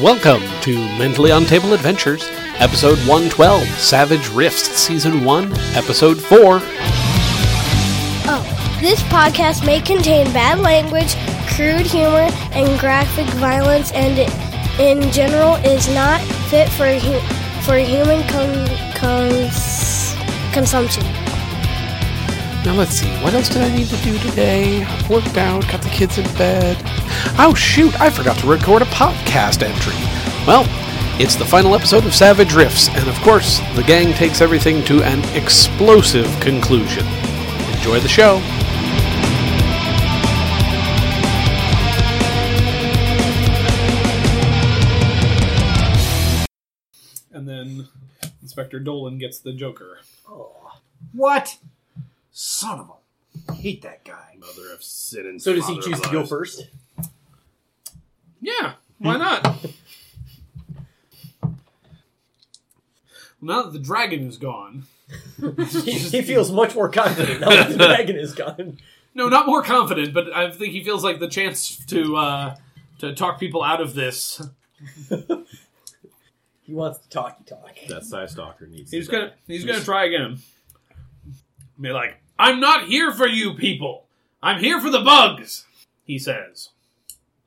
Welcome to Mentally on Table Adventures, Episode 112, Savage Rifts, Season 1, Episode 4. Oh, this podcast may contain bad language, crude humor, and graphic violence, and it, in general is not fit for hu- for human con- cons- consumption. Now let's see, what else did I need to do today? I've worked out, got the kids in bed. Oh shoot, I forgot to record a podcast entry. Well, it's the final episode of Savage Rifts, and of course, the gang takes everything to an explosive conclusion. Enjoy the show. and then Inspector Dolan gets the Joker. What? Son of a hate that guy. Mother of sin and So does he father choose of to go lies. first? Yeah, why not? now that the dragon is gone, He, he feels much more confident now that the dragon is gone. no, not more confident, but I think he feels like the chance to uh, to talk people out of this. He wants to talky talk. That Psy Stalker needs He's to gonna die. he's gonna try again. Be like, I'm not here for you people. I'm here for the bugs. He says.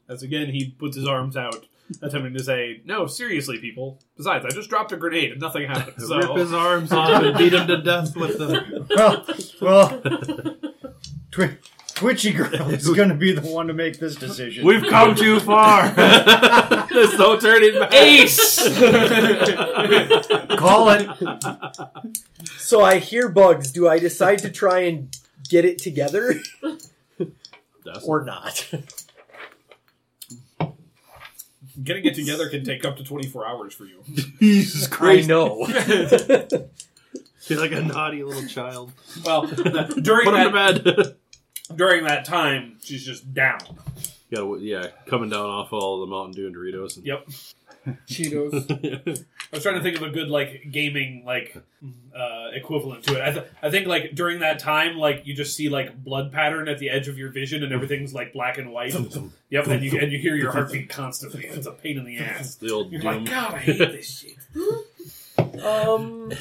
As again, he puts his arms out, attempting to say, "No, seriously, people. Besides, I just dropped a grenade and nothing happened." So Rip his arms off and beat him to death with the. Well, well twi- Twitchy Girl is going to be the one to make this decision. We've come too far. There's no turning back. Ace. Call it. So I hear bugs. Do I decide to try and get it together That's or not? Getting it together can take up to 24 hours for you. Jesus I know. You're like a naughty little child. Well, during Put him to that bed. you during that time, she's just down. gotta, yeah, coming down off all the Mountain Dew and Doritos. And, Yep. Cheetos. I was trying to think of a good like gaming like uh, equivalent to it. I, th- I think like during that time, like you just see like blood pattern at the edge of your vision, and everything's like black and white. yep, and you and you hear your heartbeat constantly. It's a pain in the ass. The old You're Doom. like, God, I hate this shit. Um,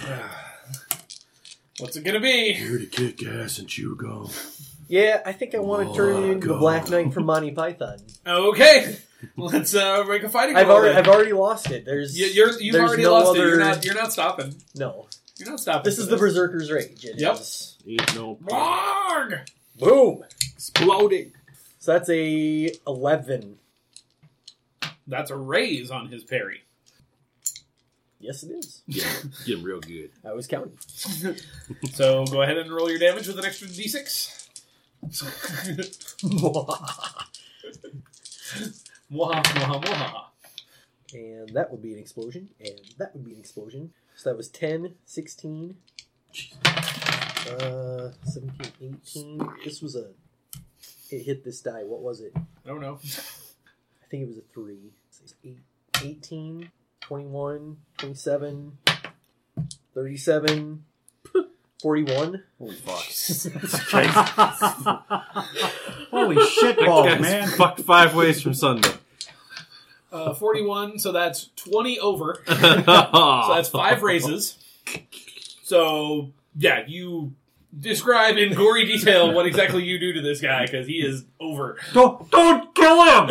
What's it gonna be? Here to kick ass and chew gum. yeah, I think I want to turn it into the Black Knight from Monty Python. Okay, let's uh, make a fighting. I've roll already, then. I've already lost it. There's You- You're, you've there's already no lost it. other- You're not. You're not stopping. no. You're not stopping. This is the Berserker's Rage. It Yep. is. Ain't no Warg! Boom. exploding. So that's a eleven. That's a raise on his parry. Yes, it is. Yeah, getting real good. I was counting. So go ahead and roll your damage with an extra d6. Mwaha, mwaha, mwaha. And that would be an explosion. And that would be an explosion. So that was 10, 16, uh, 17, 18. This was a. It hit this die. What was it? I I don't know. think it was a 3. So it's eight- 18, 21, 27, 37, 41. Holy fuck. Holy shitballs, man. Fucked five ways from Sunday. Uh, 41, so that's 20 over. So so that's five raises. So, yeah, you describe in gory detail what exactly you do to this guy because he is over. Don't, don't kill him!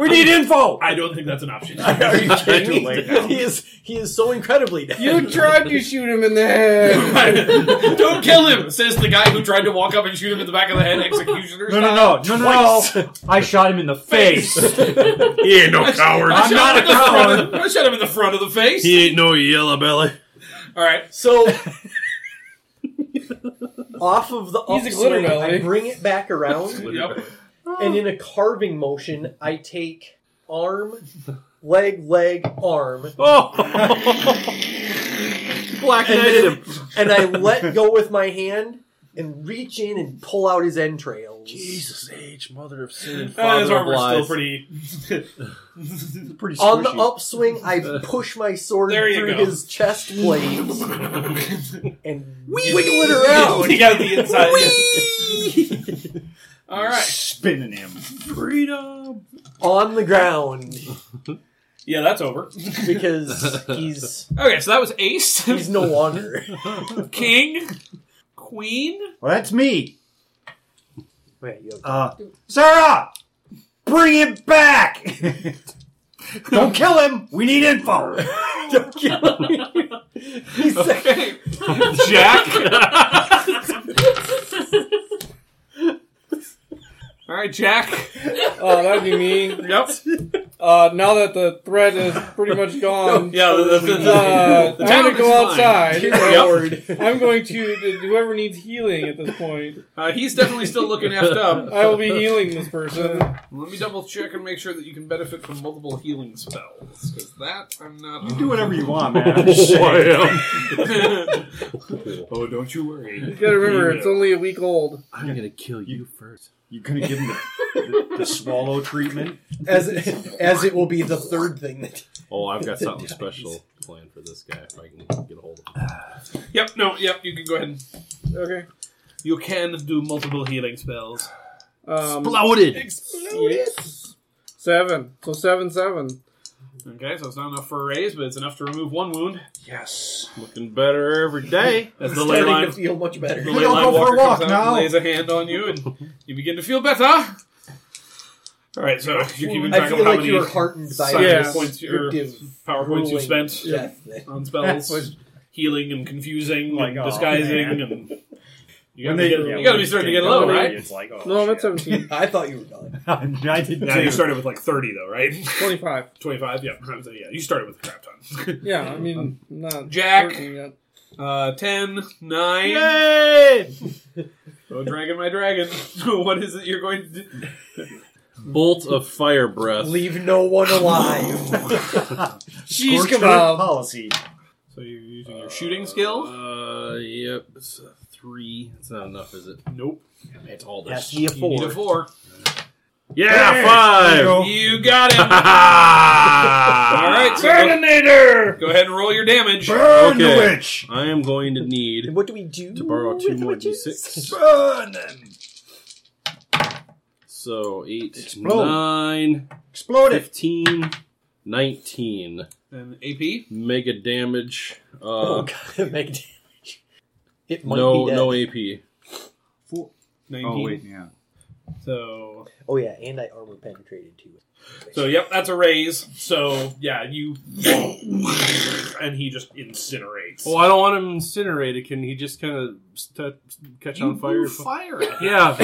We need info! I don't think that's an option. Are you kidding Too me? late now. He is, he is so incredibly dead. tried to shoot him in the head! Don't kill him, says the guy who tried to walk up and shoot him in the back of the head, executioner. No, no, no, no, no, no! I shot him in the face! he ain't no coward. I I'm shot, not him in a the front coward. of the, I shot him in the front of the face. He ain't no yellow belly. All right. So off of the He's a glitter upswing, belly. I bring it back around, Yep. and in a carving motion, I take arm, leg, leg, arm, Oh! Black and, knighted then- him. and I let go with my hand, and reach in and pull out his entrails. Jesus H, mother of sin and Uh, his father of armor's lies. still pretty. pretty On the squishy. upswing, I push my sword There you through go. his chest blades and wiggle it around. Take out the inside. All right. Spinning him. Freedom. on the ground Yeah, that's over. because he's Okay, so that was ace, he's no longer. king, queen. Well, that's me. Wait, you have- Uh, Sarah, bring him back. Don't kill him. We need info. Don't kill me. He's Okay. Jack. All right, Jack. Uh, that'd be me. Yep. Uh, now that the threat is pretty much gone, Yeah, the, the, the, uh, the I'm town gonna is go mine. outside. Yep. I'm going to whoever needs healing at this point. Uh, he's definitely still looking effed up. I will be healing this person. Let me double check and make sure that you can benefit from multiple healing spells. Because that I'm not. Do whatever you want, man. I'm just saying. oh, don't you worry. You gotta remember, it's only a week old. I'm gonna kill you first. You're gonna give him the, the, the swallow treatment. as as it will be the third thing that Oh, I've got something special planned for this guy if I can get a hold of him. Yep. No. Yep. You can go ahead. and... Okay. You can do multiple healing spells. Um, Exploded. seven. So seven, seven. Okay, so it's not enough for a raise, but it's enough to remove one wound. Yes. Looking better every day. As the ley starting to line, feel much better. the We ley all line go walker for a comes walk out and now. lays a hand on you, and you begin to feel better. All right, so you're keeping I track of feel how like many you were heartened by side Yeah. this points or descriptive power points you grueling spent death thing. on That was- spells, healing and confusing, Like, and aw, disguising, man. and you gotta, be, you gotta be starting to get when low, they- right? It's like, oh, No, I'm at shit. 17. I thought you were done. I did Now you too. started with like thirty, though, right? 25. Twenty-five, yeah. So, yeah, you started with a crap ton. Yeah, I Um, mean, not Jack. 13 Yet. uh, ten, nine. Yay! Oh, dragon, my dragon. what is it you're going to do? Bolt of fire breath. Leave no one alive. She's Scorched earth policy. So you're using your shooting skill? Uh, yep. It's a three. It's not enough, is it? Nope. It's all Has this. to be a You need a four. four. Yeah, Hey, there you five. go. You got it. All All right, so go, Terminator! go ahead and roll your damage. Burn the Okay. witch! I am going to And need what do we do? to borrow two with the more witches? d6. Burn them! So eight, Explode. nine, Explode it! 15, 19 And AP? mega damage. Uh, Oh god, make damage. It might no, be dead. no AP. 19. Oh, wait, yeah. So, Oh yeah, and I armor penetrated too. so yep, that's a raise. So, yeah, you. and he just incinerates. Well, I don't want him incinerated. Can he just kind of st- catch you on fire? blew fire. at him. Yeah,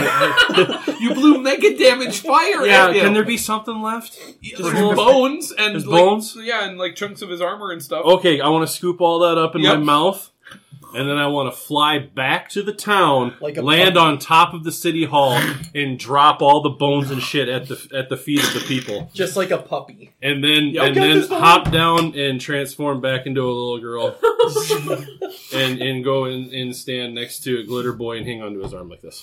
but, you blew mega damage fire yeah. at him. Can there be something left? His just little- bones and his like, bones? Oh. Yeah, and like chunks of his armor and stuff. Okay, I want to scoop all that up in Yep. my mouth, and then I want to fly back to the town, Like a puppet. land on top of the city hall, and drop all the bones and shit at the at the feet of the people, Just like a puppy. and then Yep. and then hop down and transform back into a little girl, and and go and, and stand next to a glitter boy and hang onto his arm like this.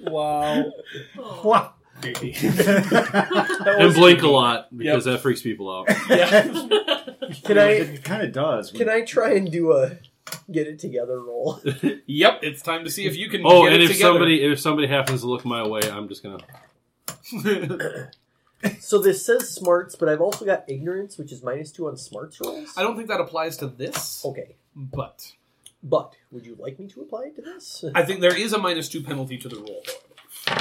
Wow. Wow. and blink a lot because that freaks people out. Can I It kind of does. can I try and do a get it together roll? Yep, it's time to see if you can. Oh, get and it if together. somebody if somebody happens to look my way, I'm just gonna. So this says smarts, but I've also got ignorance, which is minus two on smarts rolls. I don't think that applies to this, Okay, but but would you like me to apply it to this? I think there is a minus two penalty to the roll. though.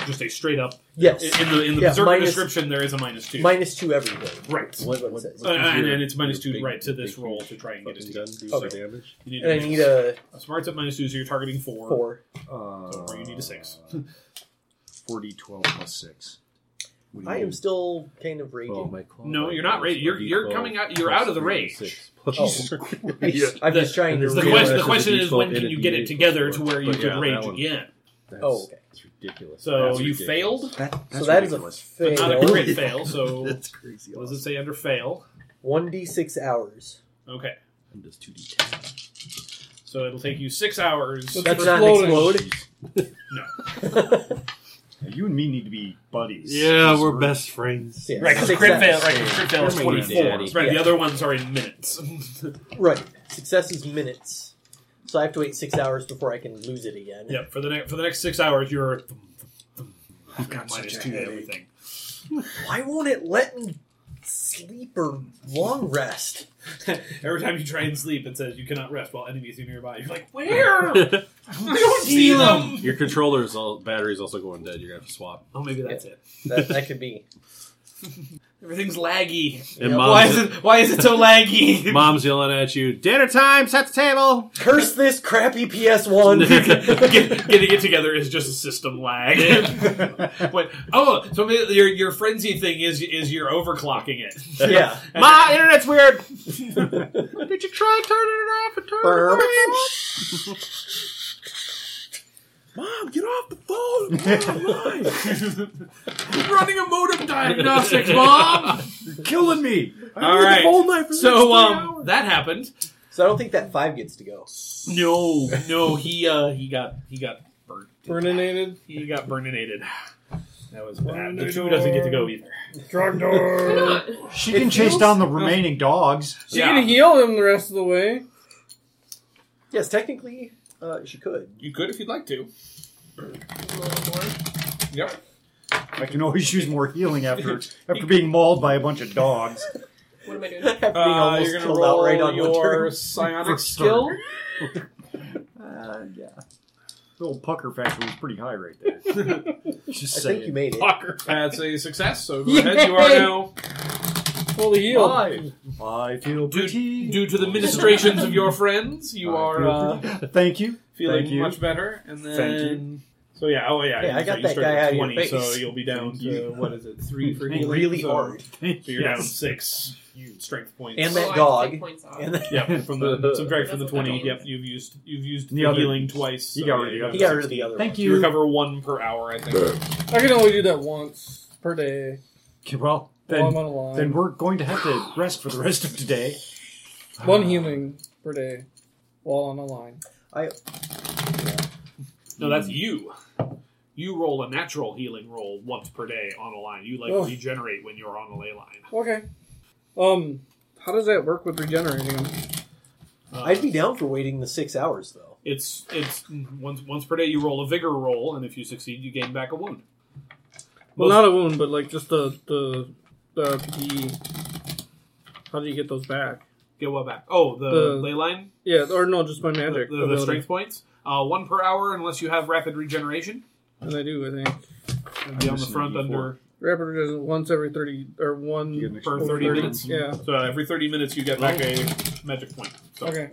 Just a straight up yes, in in the in the Yeah, berserker minus- description. There is a minus two, minus two everything. right? What, what it says. Uh, and, and it's minus two Big- right to this big roll to try and get it fucking together. gun do Okay. some damage. You need and I make- need a a smart's at minus two, so you're targeting four. four. Uh, Or you need a six. 40, 12 plus 6. What do you I am need? still kind of raging. Oh, my claw. No, you're not raging. You're- you're coming out- you're out of the rage. Jesus yeah. I'm The- just trying to. The Yeah, question, that's the a question is, D12 when and can a you get it D8 together plus to four. where you But could yeah, that rage one. again? That's, Oh, okay. That's ridiculous. So That's you ridiculous. failed, That, that's So that is a ridiculous. fail. but not a crit fail. So crazy. what does it say under fail? One d six hours. Okay, And does 2d10. So it'll take you six hours. So That's It's not an exploding. explode. Now, you and me need to be buddies. Yeah, we're best friends. Yeah, Right, because the success. crit fail, right, 'cause crit fail is You're my 24. daddy. Right, the Yeah. other ones are in minutes. Right. Success is minutes. So I have to wait six hours before I can lose it again. yep, for the, ne- for the next six hours, you're. I've got minus such a two to headache. everything. Why won't it let me sleep or long rest? Every time you try and sleep, it says you cannot rest while enemies are nearby. You're like, where? I don't see them! Your controller's all, battery's also going dead. You're gonna have to swap. Oh, maybe that's it. That, that could be. Everything's laggy. Um, And Yeah, mom's, Why is it, why is it so laggy? mom's yelling at you. Dinner time. Set the table. Curse this crappy PS1. Get, getting it together is just a system lag. but, oh, so maybe your your frenzy thing is is you're overclocking it. yeah. My internet's weird. Did you try turning it off and turn it Burp. back on? Mom, get off the phone! I'm running a modem diagnostics, mom. You're killing me. All right. So um, that happened. So I don't think that five gets to go. No, no, he uh, he got he got burnt. Burninated. He got burninated. That was bad. The two doesn't get to go either. Trogdor. She can chase down the remaining dogs. She can heal him the rest of the way. Yes, technically, uh, she could. you could if you'd like to. I can always use more healing after after being mauled by a bunch of dogs. What am I doing? After being almost Uh, you're gonna killed roll outright on one your turn. psionic For skill. Uh, yeah. Little pucker factor was pretty high right there. Just I saying. think you made it. That's a success. So go ahead. You are now Fully healed. Five. I feel pretty. due, due to the ministrations of your friends. You I are feel uh, pretty. Thank you. feeling Thank you. much better. And then. Thank you. So yeah, oh yeah, Hey, I so got you that start guy with out of your 20, So face. you'll be down Thank to you. what is it, three for healing? Really So- hard. Thank So you're down Yes. six you strength points. And Oh, that I have to dog. take points off. And then Yep, from the subtract from the That's what that twenty. means. Yep, you've used you've used The the other- healing twice. he so got yeah, rid of you the have he other. got rid of the other Thank one. You you. recover one per hour, I think. I can only do that once per day Okay, Well, while I'm then, on a line. then we're going to have to rest for the rest of today. uh, One healing per day while on a line. No, that's you. You roll a natural healing roll once per day on a line. You like Oh. regenerate when you're on a ley line. Okay. Um, how does that work with regenerating them? Uh, I'd be down for waiting the six hours though. It's it's once once per day. You roll a vigor roll, and if you succeed, you gain back a wound. Well, not a wound, but like just the the the, the how do you get those back? Get what back? Oh, the, The- ley line, Yeah, or no, just my the, magic the- the ability. strength points. Uh, one per hour, unless you have rapid regeneration. And I do, I think. It'd Be on the missing front a D4. under Rapid regenerating once every thirty or one You get an extra for over point. thirty minutes. Yeah. So every thirty minutes, you get back a magic point. So Oh. Okay.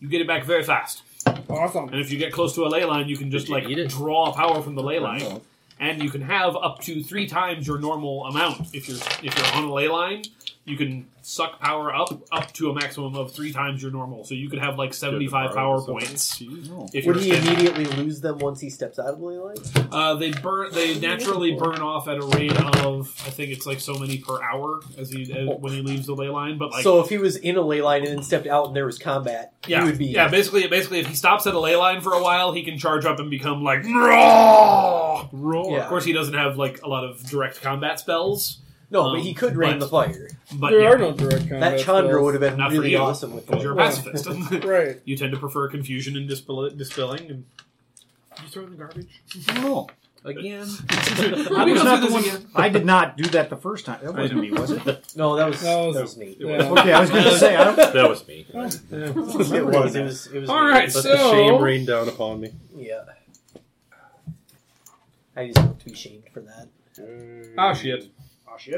you get it back very fast. Awesome. And if you get close to a ley line, you can just you like eat it? Oh. draw power from the ley line, and you can have up to three times your normal amount if you're if you're on a ley line. You can suck power up up to a maximum of three times your normal, so you could have like seventy five power points. If Would you're he standing. immediately lose them once he steps out of the light? Uh, they burn. They naturally burn off at a rate of I think it's like so many per hour as he as, when he leaves the ley line. But like so if he was in a ley line and then stepped out and there was combat, yeah, he would be yeah. Basically, basically, if he stops at a ley line for a while, he can charge up and become like roar. roar. Yeah. Of course, he doesn't have like a lot of direct combat spells, no, um, but he could rain but- the fire. but there yeah, are no direct combat That Chandra spells. would have been Not for really you, awesome with 'cause you're a the Right. pacifist. Right. you tend to prefer confusion and dispel- dispelling. And Did you throw in the garbage. No. Again. Let me was go not through the this one- again. I did not do that the first time. That wasn't me, was it? No, that was That was- that was me. Yeah. Okay, I was going to say, I don't That was me. It was. It was. It was. All me. right, Let so the Oh. shame rain down upon me. Yeah. I just want to be shamed for that. ah shit.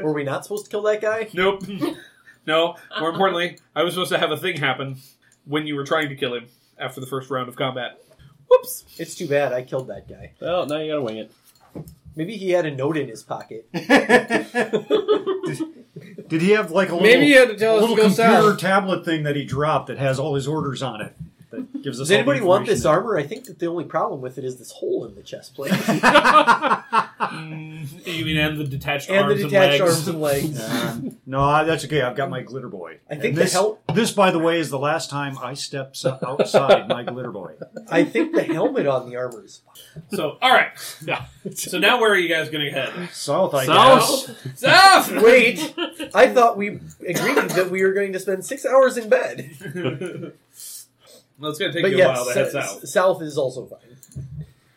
Were we not supposed to kill that guy? Nope. no. More importantly, I was supposed to have a thing happen when you were trying to kill him after the first round of combat. Whoops. It's too bad. I killed that guy. Well, now you gotta wing it. Maybe he had a note in his pocket. did, did he have like a little, Maybe you had to tell us to little go computer south. tablet thing that he dropped that has all his orders on it? That gives us Does anybody all want the this armor? I think that the only problem with it is this hole in the chest plate. information you mean and the detached and the arms detached and legs? arms and legs. Uh, no, I- that's okay. I've got my glitter boy. I And think the this, hel- this, by the way, is the last time I step so- outside my glitter boy. I think the helmet on the armor is. So all right, yeah. So now where are you guys going to head? South, I uh, South? guess. South. Wait, I thought we agreed that we were going to spend six hours in bed. Well, it's going to take But you a yes, while to so- head south. south. is also fine.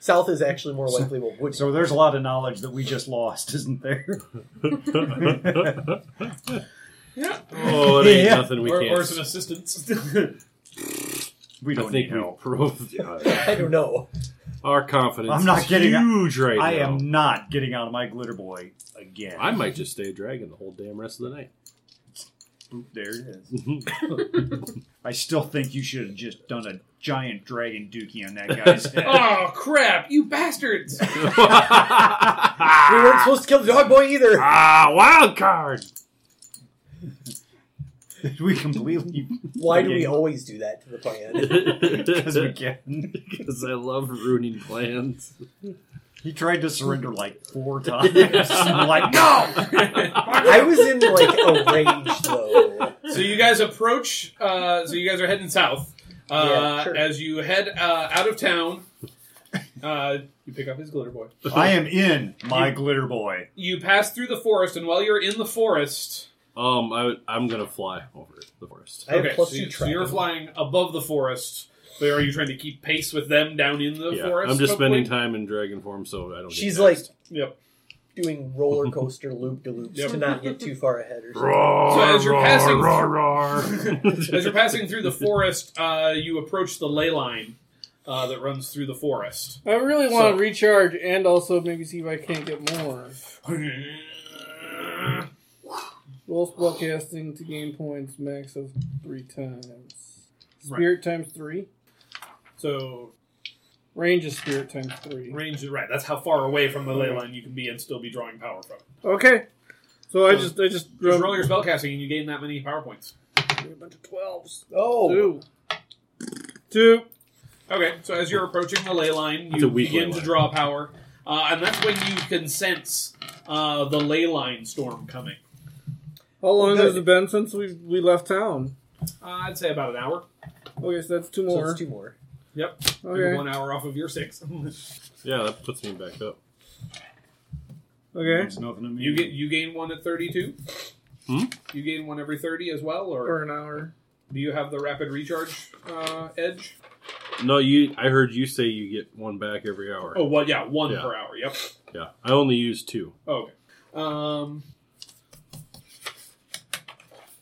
South is actually more likely what would. So there's a lot of knowledge that we just lost, isn't there? Oh, it ain't Yeah. nothing we or, can't. or some assistance. We I don't think need we help. proved yeah. I don't know. our confidence. I'm not is getting- huge right I now. am not getting out of my glitter boy again. I might just stay a dragon the whole damn rest of the night. There it is. I still think you should have just done a giant dragon dookie on that guy's head. oh crap! You bastards! We weren't supposed to kill the dog boy either. Ah, wild card. We completely Why do we always do that to the plan? because we Because can. I love ruining plans. He tried to surrender like four times. I'm like, no! I was in like a rage though. so you guys approach. Uh, so you guys are heading south. Uh, Yeah, sure. As you head uh, out of town, uh, you pick up his glitter boy. I am in my glitter boy. You pass through the forest, and while you're in the forest, Um, I, would- I'm gonna fly over the forest. I have okay, plus so, two you, so tracking. you're flying above the forest. But are you trying to keep pace with them down in the yeah, forest? I'm just spending hopefully? time in dragon form, so I don't. get She's like taxed. Yep. doing roller coaster loop de loops Yep. to not get too far ahead or something. roar, So as you're roar, passing- roar, roar. As you're passing through the forest, uh, you approach the ley line uh, that runs through the forest. I really want So- to recharge and also maybe see if I can't get more. Roll spellcasting to gain points, max of three times. Spirit times three. So Range is spirit times three. range is right. That's how far away from the ley line you can be and still be drawing power from. it. Okay. So I So- just I just, Just roll your spellcasting and you gain that many power points. a bunch of twelves. Oh, Two. Two. Okay, so as you're approaching the ley line, It's a you weak begin ley to line. draw power, uh, and that's when you can sense uh, the ley line storm coming. How long good. has it been since we we left town? Uh, I'd say about an hour. Okay, so that's two so more. it's two more. Yep, Maybe okay. one hour off of your six. yeah, that puts me back up. Okay. It's nothing to me. you get you gain one at thirty-two. Hmm? You gain one every thirty as well, or Or an hour. do you have the rapid recharge uh, edge? No, you. I heard you say you get one back every hour. Oh, well, yeah, one Yeah. per hour. Yep. Yeah, I only use two. Oh, Okay. Um,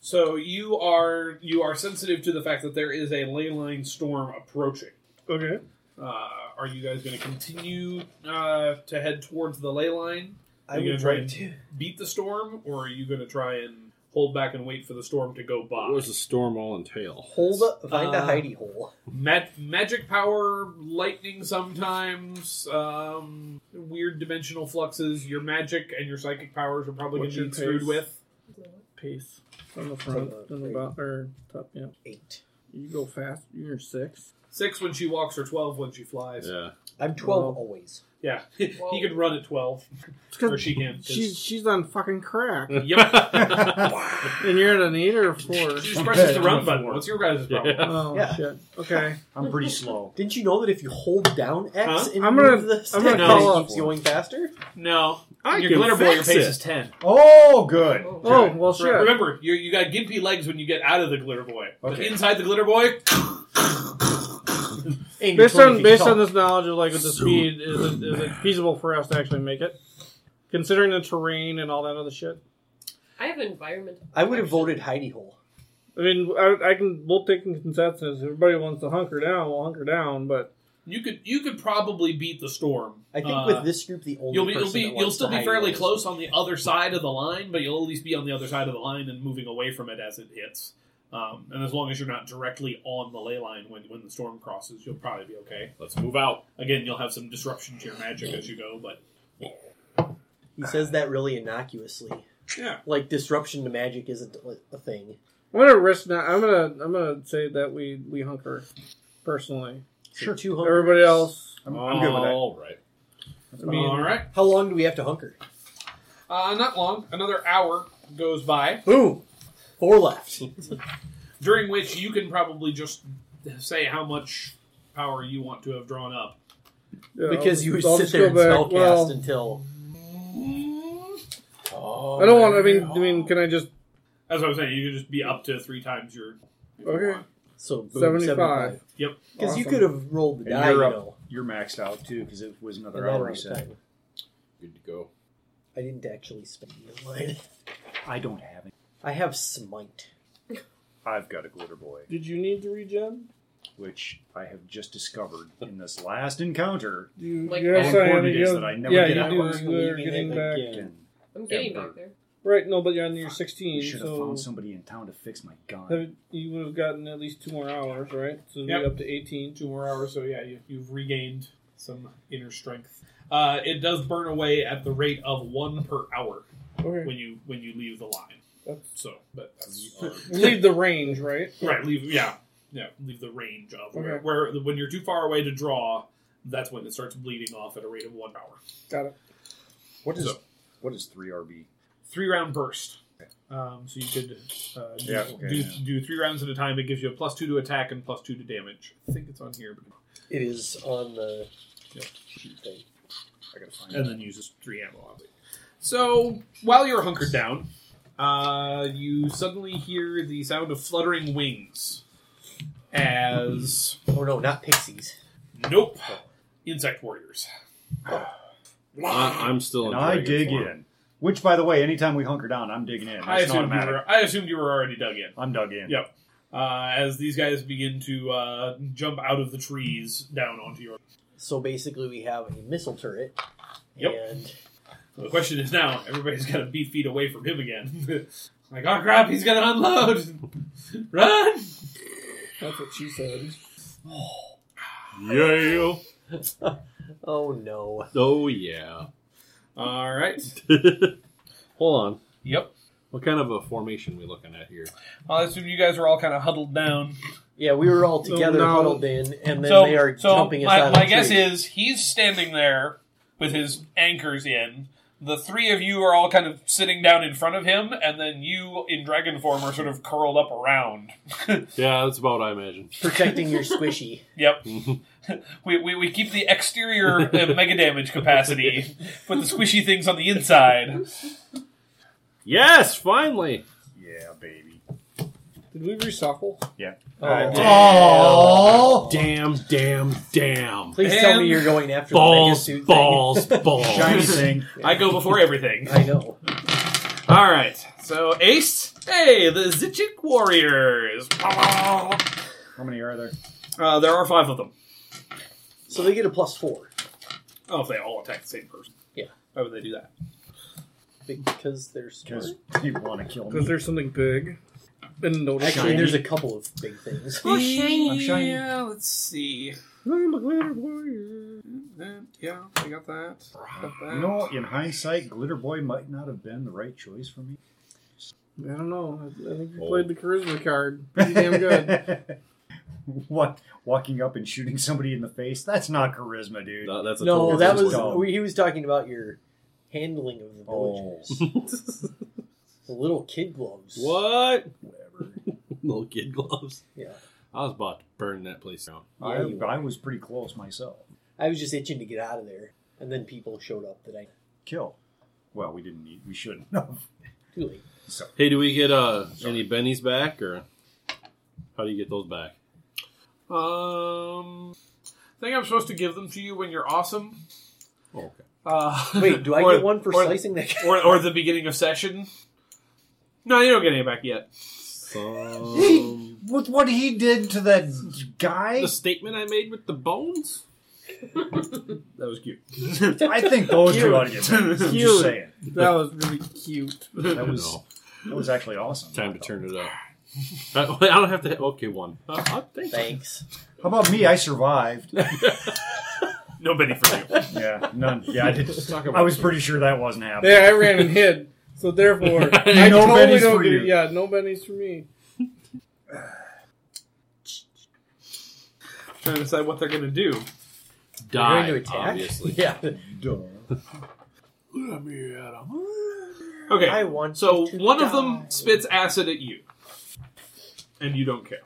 so you are you are sensitive to the fact that there is a ley line storm approaching. Okay. Uh, are you guys going to continue uh, to head towards the ley line, I Are you would gonna try try to. beat the storm, or are you going to try and hold back and wait for the storm to go by? What was the storm all entail? Hold up, find a Uh, hidey hole. Ma- magic power, lightning sometimes, um, weird dimensional fluxes. Your magic and your psychic powers are probably going What's to your be screwed pace? with. Pace. On the front. On the bo- or top. Yeah. Eight. You go fast. You're six. Six when she walks, or twelve when she flies. Yeah, I'm twelve Wow. always. Yeah, he could run at twelve, It's or 'cause she can. 'cause- she's she's on fucking crack, yep, and you're at an eight or a four. she just presses the I'm run a button. four. What's your guys' problem? Yeah. Oh Yeah. shit. Okay. I'm pretty slow. Didn't you know that if you hold down X Huh? and I'm move gonna- the stick, I'm gonna then it call up. keeps going faster? No, I your can glitter boy, your fix pace it. is ten. Oh, good. Oh well, Right, shit. Remember, you you got gimpy legs when you get out of the glitter boy. But Okay. inside the glitter boy, And you're Based 20 on feet based tall. on this knowledge of like with the speed, is it, is it feasible for us to actually make it? Considering the terrain and all that other shit. I have environment. I would have voted hidey hole. I mean, I, I can. We'll take in consensus. If everybody wants to hunker down, we'll hunker down. But you could you could probably beat the storm. I think Uh, with this group, the only You'll be, you'll person be that you'll wants still the be hidey fairly hole. close on the other side of the line, but you'll at least be on the other side of the line and moving away from it as it hits. Um, and as long as you're not directly on the ley line when, when the storm crosses, you'll probably be okay. let's move out. Again, you'll have some disruption to your magic as you go, but He says that really innocuously. Yeah. Like disruption to magic isn't a thing. I'm gonna risk. Not, I'm gonna. I'm gonna say that we we hunker. Personally, So sure. Two hundred. everybody else. I'm, I'm good with that. All right. I mean, All right. How long do we have to hunker? Uh, not long. Another hour goes by, Boom. Four left. during which you can probably just say how much power you want to have drawn up. yeah, because you I'll- I'll sit just there and go back. spellcast Well, until. I don't want. I mean, Oh. I mean, can I just That's what I'm saying. You can just be up to three times your. okay? So boom, 75. Yep. Because you Awesome. could have rolled the And die, you you're up. know. You're maxed out too because it was and another that hour was reset. time. Good to go. I didn't actually spend the line. I don't have it. I have smite. I've got a glitter boy, Did you need to regen? which I have just discovered in this last encounter. You, Like, yes, how I am. important it is You- that I never yeah, get you out. do. I'm You're getting back. And I'm getting Ever. back there. Right, no, but you're on your we 16, should have so found somebody in town to fix my gun. have, you would have gotten at least two more hours, right? So it'd Yep. be up to 18. Two more hours, so yeah, you, you've regained some inner strength. Uh, it does burn away at the rate of one per hour Okay. when you when you leave the line. That's- So, but that's Leave the range, right? right. Leave, yeah, yeah. Leave the range of where, Okay. where when you're too far away to draw. That's when it starts bleeding off at a rate of one hour. Got it. What is So- what is three RB? Three round burst. Um, so you could uh, do, Yeah, okay, do, yeah. do three rounds at a time. It gives you a plus two to attack and plus two to damage. I think it's on here, but It is on the Yep. thing. I gotta find. and then uses three ammo. Obviously. So while you're hunkered down, uh, you suddenly hear the sound of fluttering wings. As Oh no, not pixies. nope, insect warriors. I, am still. And in I dragon dig form. in. Which, by the way, anytime we hunker down, I'm digging in. I It's assumed, you automatic. were, I assumed you were already dug in. I'm dug in. Yeah. Uh, as these guys begin to uh, jump out of the trees down onto your. So basically, we have a missile turret. Yep. And The question is now everybody's got to be feet away from him again. like oh crap, he's gonna unload. Run! That's what she said. Yeah. oh no, Oh yeah. All right. Hold on. Yep. What kind of a formation we looking at here? I assume you guys are all kind of huddled down. yeah, we were all together no. huddled in, and then they are jumping us my, out of my the guess tree. is he's standing there with his anchors in. The three of you are all kind of sitting down in front of him, and then you in dragon form are sort of curled up around. Yeah, that's about what I imagine. protecting your squishy. Yep. we, we, we keep the exterior uh, mega damage capacity, but the squishy things on the inside. Yes, finally. Yeah, baby. Did we resuffle? Yeah. Oh. Alright, Oh. Damn! Damn! Damn! Please tell me And you're going after Balls! the mega suit Balls! damn. Shiny Balls! thing. I go before everything. Thing. I know. All right. So Ace, hey, the Zichik warriors. How many are there? Uh, there are five of them. So they get a plus four Oh, if they all attack the same person. Yeah. Why would they do that? because they're smart. Because they want to kill Because me. there's something big. And no Actually, there's a couple of big things. I'm shiny. Yeah, let's see. I'm a glitter warrior. Yeah, I got that. Got that. You know, in hindsight, Glitter Boy might not have been the right choice for me. I don't know. I, I think you played the charisma card pretty damn good. what? Walking up and shooting somebody in the face? That's not charisma, dude. No, that's a No, total that was result. he was talking about your handling of the Oh. villagers, the little kid gloves. what? Whatever. Little kid gloves. Yeah. I was about to burn that place down. Yeah, I, you were. I was pretty close myself. I was just itching to get out of there, and then people showed up that I Kill. Well, we didn't need. We shouldn't have. too late. So Hey, do we get uh any bennies back or how do you get those back? Um, I think I'm supposed to give them to you when you're awesome. Oh, okay. Uh, Wait, do I or- get one for or, slicing that? guy? Or, or the beginning of session? No, you don't get any back yet. Some... with what he did to that guy, the statement I made with the bones. That was cute. I think those two ought to get. I'm Cute. just saying. That was really cute. That was No. that was actually awesome. time to turn it up. I, I don't have to. Okay, one. Uh, I think Thanks. How about me? I survived. No Benny for you. Yeah, none. Yeah, I did. Let's talk about I was pretty sure that wasn't happening. Yeah, I ran and hid. So therefore, I No totally bennies don't for get you. it. Yeah, no bennies for me. Trying to decide what they're going to do. You're die. going to attack? Obviously, Yeah. Okay. I want so to one of die. them spits acid at you, and you don't care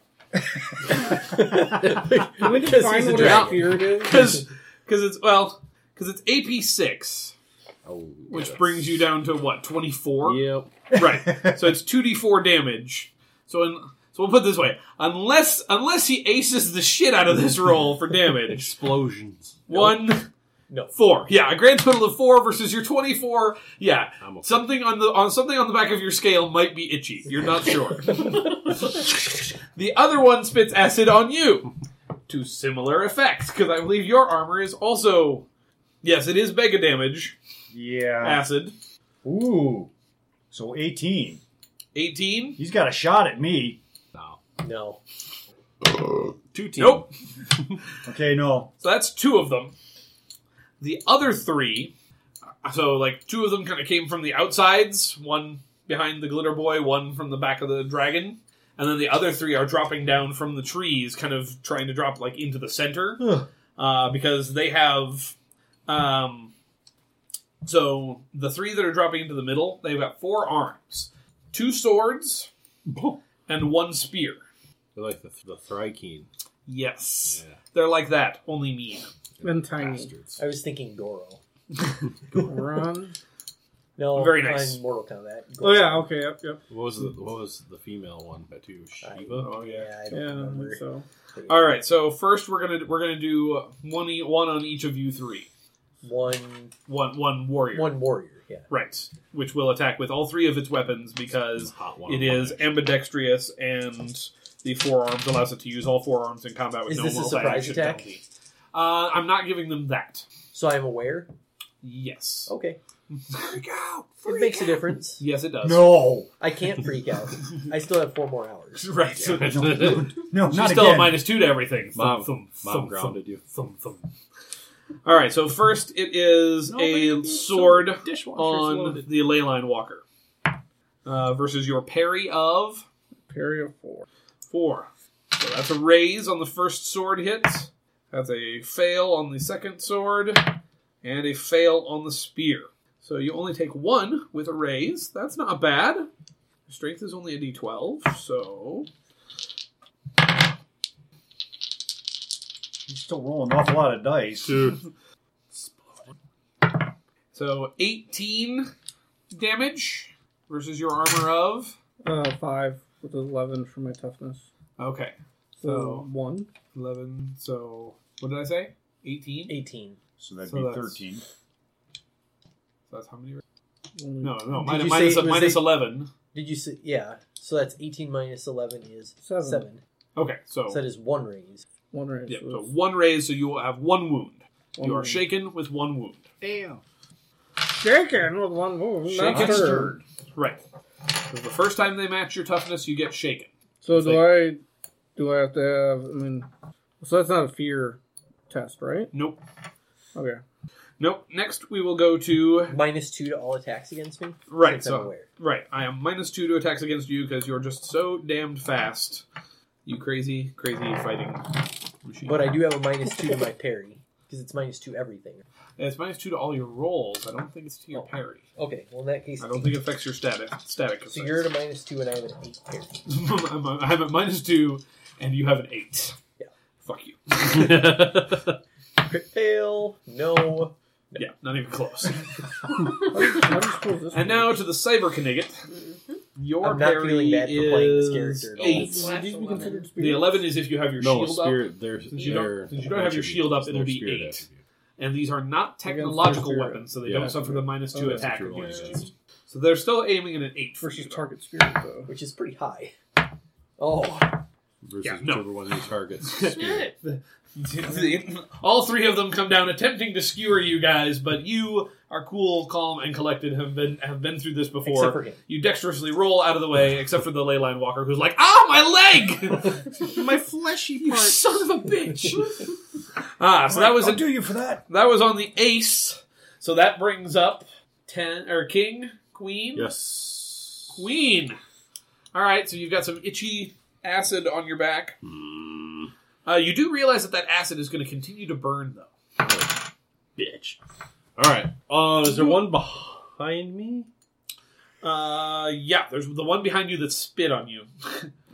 Do we Because he's define a what a dragon. spirit is? because because it's well because it's AP six, Oh, which yes. brings you down to what twenty four. Yep. Right. So it's two d four damage. So in, so we'll put it this way: unless unless he aces the shit out of this roll for damage, Explosions. one, No. four. Yeah, a grand total of four versus your twenty four. Yeah, I'm okay. something on the on something on the back of your scale might be itchy. You're not sure. the other one spits acid on you to similar effect because I believe your armor is also. Yes, it is mega damage. Yeah. Acid. Ooh. So 18. 18? He's got a shot at me. No. Two teams. Nope. Okay, no. So that's two of them. The other three, so like two of them kind of came from the outsides, one behind the glitter boy, one from the back of the dragon, and then the other three are dropping down from the trees, kind of trying to drop like into the center, uh, because they have. Um, so the three that are dropping into the middle, they've got four arms, two swords, and one spear. They're like the, the Thrykeen. Yes, Yeah. they're like that, only mean. And tiny. Bastards. I was thinking Goro. Run. No. Very nice. on Mortal Kombat. Oh yeah. Okay. Yep. Yep. What was the what was the female one? Batu Shiva? Oh Yeah, I don't Yeah. I don't remember. think so. All right, so first we're gonna we're gonna do one e- one on each of you three. One, One one warrior, one warrior. Yeah. right? Which will attack with all three of its weapons because Hot one. it is ambidextrous and the forearms allows it to use all forearms in combat with Is Oh, no this a modified surprise action attack? penalty. Uh, I'm not giving them that. So I'm aware. Yes. Okay. Freak out. It makes a difference. Yes, it does. No. I can't freak out. I still have four more hours. Right. So Damn it. she's No, not still again. a minus two to everything. Mom- Thump, thump, thump, Mom thump. grounded you. All right. So first, it is a sword Dishwasher on the Leyline Walker uh, versus your parry of Parry of four. four. So that's a raise on the first sword hit. That's a fail on the second sword, and a fail on the spear. So you only take one with a raise. That's not bad. Strength is only a d12, so He's still rolling an awful lot of dice. so 18 damage versus your armor of Uh, five with eleven for my toughness. okay. So So- one. 11. So what did I say? 18. 18. So that'd So be that's- 13. So that's how many? Only No, Oh, no, Did minus, you minus, say it was minus eight? 11. Did you see? Yeah. So that's 18 minus 11 is Seven. 7. Okay, so, So that is one raise. One raise. yeah, was so one raise, so you will have one wound. one you are wound. shaken with one wound. Damn. Shaken with one wound. Shaken. Not stirred. Right. 'Cause the first time they match your toughness, you get shaken. So Like- do I? Do I have to have? I mean, so that's not a fear test, right? Nope. Okay. Nope. Next, we will go to. Minus 2 to all attacks against me? Right, Since I'm so. aware. Right, I am minus two to attacks against you because you're just so damned fast. You crazy, crazy fighting machine. But I do have a minus 2 to my parry. Because it's minus 2 everything. It's minus two to all your rolls. I don't think it's Oh. to your parry. Okay, well in that case, I don't eight. think it affects your static. Static. so effect. you're at a minus 2 and I have an 8 parry. I'm, I'm at minus two, and you have an eight. Yeah. Fuck you. Crit fail. No. Yeah, not even close. How do you suppose this? and now to the cyber knigget. Your I'm not parry feeling bad for playing this is character at all. eight. Last These be considered eleven. spirit? The eleven is if you have your no, shield up, spirit. Their, you don't- their since you don't have your shield up, it'll their be spirit eight. attribute. and these are not their technological spirit. weapons, so they Yeah. don't suffer the minus two Oh, that's attack what you're against rolling you. So they're still aiming at an eight for versus you. target spirit though. Which is pretty high. Oh, Versus Yeah, no. whichever one you targets. All three of them come down attempting to skewer you guys, but you are cool, calm, and collected. Have been have been through this before. except for him. You dexterously roll out of the way, except for the ley line walker who's like, Ah, my leg! My fleshy you part. son of a bitch! ah, so that was I'll a, do you for that. that was on the ace. So that brings up ten or king, queen, yes. queen. All right, so you've got some itchy acid on your back. Mm, Uh, you do realize that that acid is going to continue to burn, though. bitch. All right. Uh, is there one behind me? Uh, yeah, there's the one behind you that spit on you.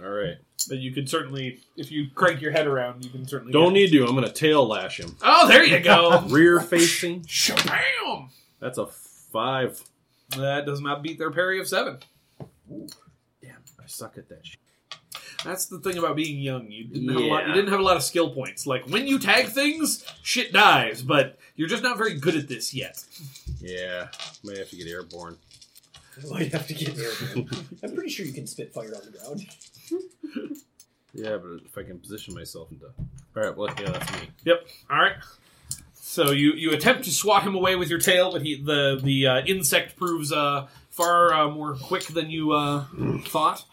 All right. That you can certainly, if you crank your head around, you can certainly. Don't e- get- need to. I'm gonna tail lash him. Oh, there you go. Rear facing. Shabam! That's a five. That does not beat their parry of seven. I suck at that shit. That's the thing about being young. You didn't have a lot. You Yeah. didn't have a lot of skill points. Like when you tag things, shit dies. But you're just not very good at this yet. Yeah. Might have to get airborne. Might have to get airborne. I'm pretty sure you can spit fire on the ground. Yeah, but if I can position myself into. All right. Well, yeah, that's me. All right. So you you attempt to swat him away with your tail, but he the the uh, insect proves uh, far uh, more quick than you uh, thought.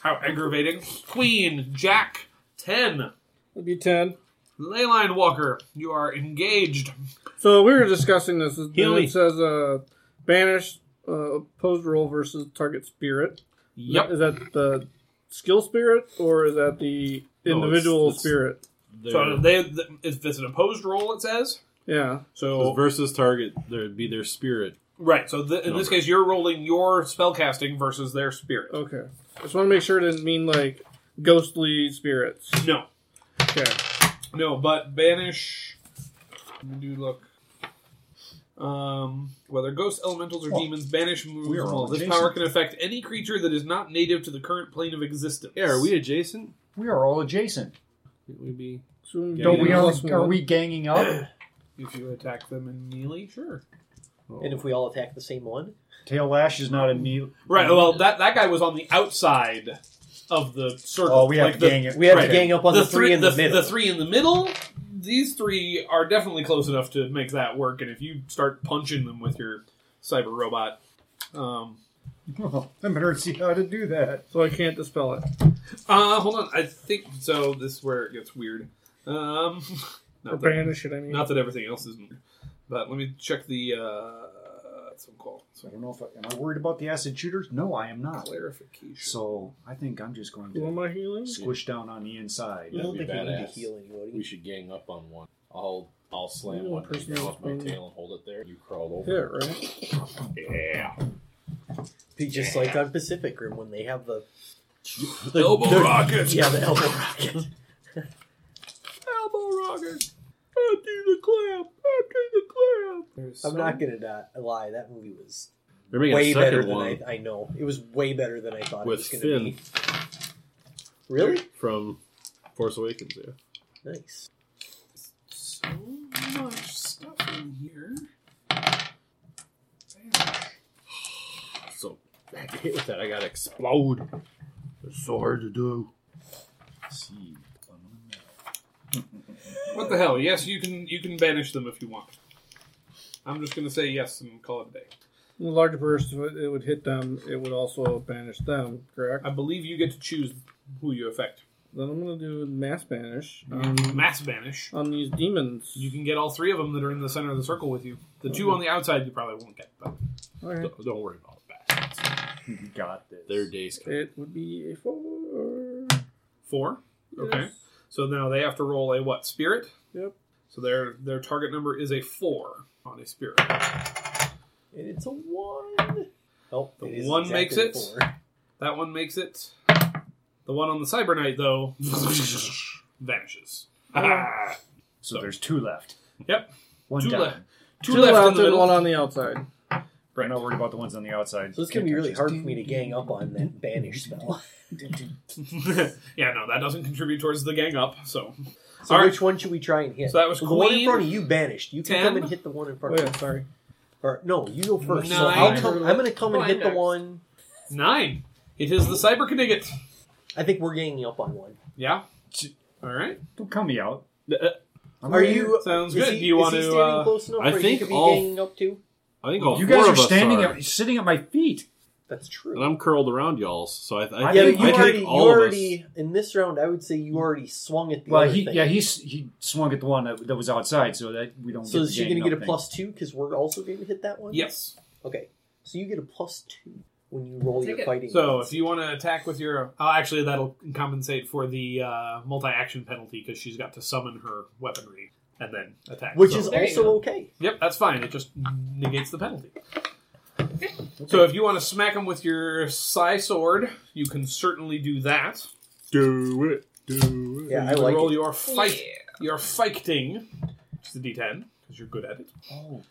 How aggravating! Queen Jack ten It'd be ten. Leyline Walker, you are engaged. So we were discussing this. and Heal me. it says uh, banish uh, opposed roll versus target spirit. Yep. Is that the skill spirit or is that the No, it's- individual it's- spirit? So uh, they if it's an opposed roll, it says. Yeah. So versus target, there'd be their spirit. Right. So th- in this Number. case, you're rolling your spellcasting versus their spirit. Okay. I just want to make sure it didn't mean like ghostly spirits. No, Okay. no. But banish. Let me Do look. Um, whether ghosts, elementals, Oh, or demons, banish moves we are them all. all This adjacent. power can affect any creature that is not native to the current plane of existence. Yeah, are we adjacent? We are all adjacent. Would we be? So Yeah, Don't you we know, all, plus are one. we ganging up? If you attack them in melee, sure. And if we all attack the same one, Tail lash is not a new. Right. Well, that that guy was on the outside of the circle. Oh, we have Like to the- gang it. we have Right. to gang up on the, three, in the, middle. The three in the middle. These three are definitely close enough to make that work. And if you start punching them with your cyber robot, um, I'm gonna see how to do that. So I can't dispel it. uh, hold on. I think so. This is where it gets weird. Um, Or not, that, banish it, I mean. not that everything else isn't, weird. but let me check the. Uh, some call So I don't know if I, am I worried about the acid shooters? No, I am not. clarification. So I think I'm just going Who to am I healing? squish down on the inside. I don't That'd think be you need to badass. heal We anybody. should gang up on one. I'll I'll slam Ooh, one down with person my response. tail and hold it there. You crawl over. Yeah, right. Yeah. Be Just like on Pacific Rim when they have the, the Elbow the- rockets. Yeah, the elbow rocket. Elbow rockets. I do the clamp. I do the clamp. There's I'm so not gonna not lie. That movie was They're making way a second better than one I, I know. It was way better than I thought with it was gonna Finn be. Really from Force Awakens. Yeah. nice. so much stuff in here. So I get hit with that. I gotta explode. It's so hard to do. See. What the hell? Yes, you can you can banish them if you want. I'm just gonna say yes and call it a day. The larger person, if it would hit them, it would also banish them, correct? I believe you get to choose who you affect. Then I'm going to do mass banish on, Mass banish. on these demons. Mm-hmm. You can get all three of them that are in the center of the circle with you. The two on the outside you probably won't get. But Alright. Don't, don't worry about that. Got this. Their days come. It would be a four. four. Okay. Yes. So now they have to roll a what? Spirit. Yep. So their their target number is a four on a spirit. And it's a one. Oh, The it is one exactly makes it. four. That one makes it. The one on the cyber knight though vanishes. Uh-huh. Ah, So there's two left. Yep. One Two down. left. Two, Two left, in out the and middle. one on the outside. I'm not worried about the ones on the outside. So it's gonna be really hard for me to gang up on that banish spell. yeah, no, that doesn't contribute towards the gang up. So, So All right. which one should we try and hit? So that was the one in queen, front of you banished. You can ten. come and hit the one in Oh, front of yeah, you. sorry. Or no, you go first. so Nine. I'll come, I'm gonna come Oh, and I'm hit the next. one. nine. It is the cyber knigget. I think we're ganging up on one. Yeah. All right. Don't come me out. Uh, I'm Are right you? Sounds is good. he- Do you want is he to? standing Uh, close enough I where he think could be all- ganging up too? I think here. all You four guys are of us standing are, at, sitting at my feet. That's true. and I'm curled around y'all's. So I, I, Yeah, yeah, think, but you I already, think you all of us. already in this round. I would say Mm. you already swung at the Well, other he thing. yeah he's he swung at the one that, that was outside, so that we don't. so get is she going gonna to get a plus two because we're also gonna hit that one? yes. Okay. So you get a plus two when you roll Take your it. fighting. So dice. if you want to attack with your, oh, actually that'll compensate for the uh, multi-action penalty because she's got to summon her weaponry and then attack. which So- is There you also go. okay. Yep, that's fine. It just negates the penalty. So if you want to smack him with your psi sword, you can certainly do that. Do it. Do it. Yeah, I You like roll it. your fight, Yeah. your fighting, which is the d10 because you're good at it. Oh,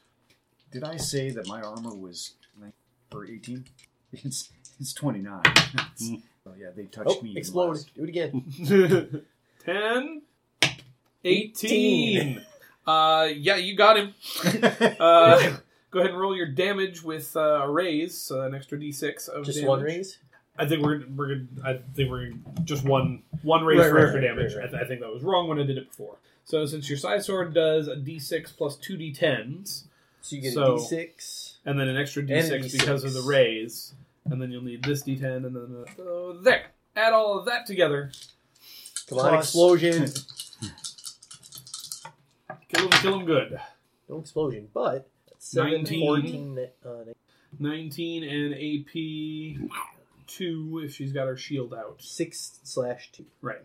did I say that my armor was 19 or eighteen? It's it's twenty nine. Oh yeah, they touched Oh, me. even explode! less. Do it again. 10 18, uh yeah you got him uh go ahead and roll your damage with uh, a raise uh, an extra d6 of Just damage. one raise. i think we're we're gonna i think we're gonna- just one one raise Right, for right, extra right, damage right, I, th- I think that was wrong when i did it before so since your side sword does a d6 plus two d10s So you get So- a D6. and then an extra And a d6, because of the D6. raise and then you'll need this d10 and then uh, oh, there add all of that together Come on, Plus- explosion! kill him kill him good no explosion, but seven, 19. 14, uh, 19 and AP 2 if she's got her shield out. six slash two. Right.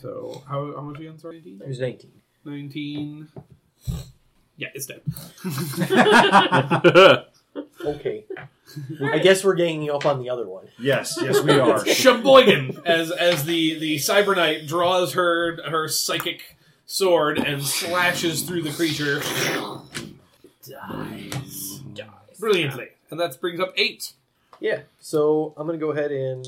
So, how, how much again? Sorry, 19? It was nineteen. 19. Yeah, it's dead. Okay. I guess we're ganging up on the other one. Yes, yes, we are. Sheboygan! As as the, the Cyber Knight draws her her psychic sword and slashes through the creature Dies. Dies. brilliantly. And that brings up 8. Yeah. So I'm gonna go ahead and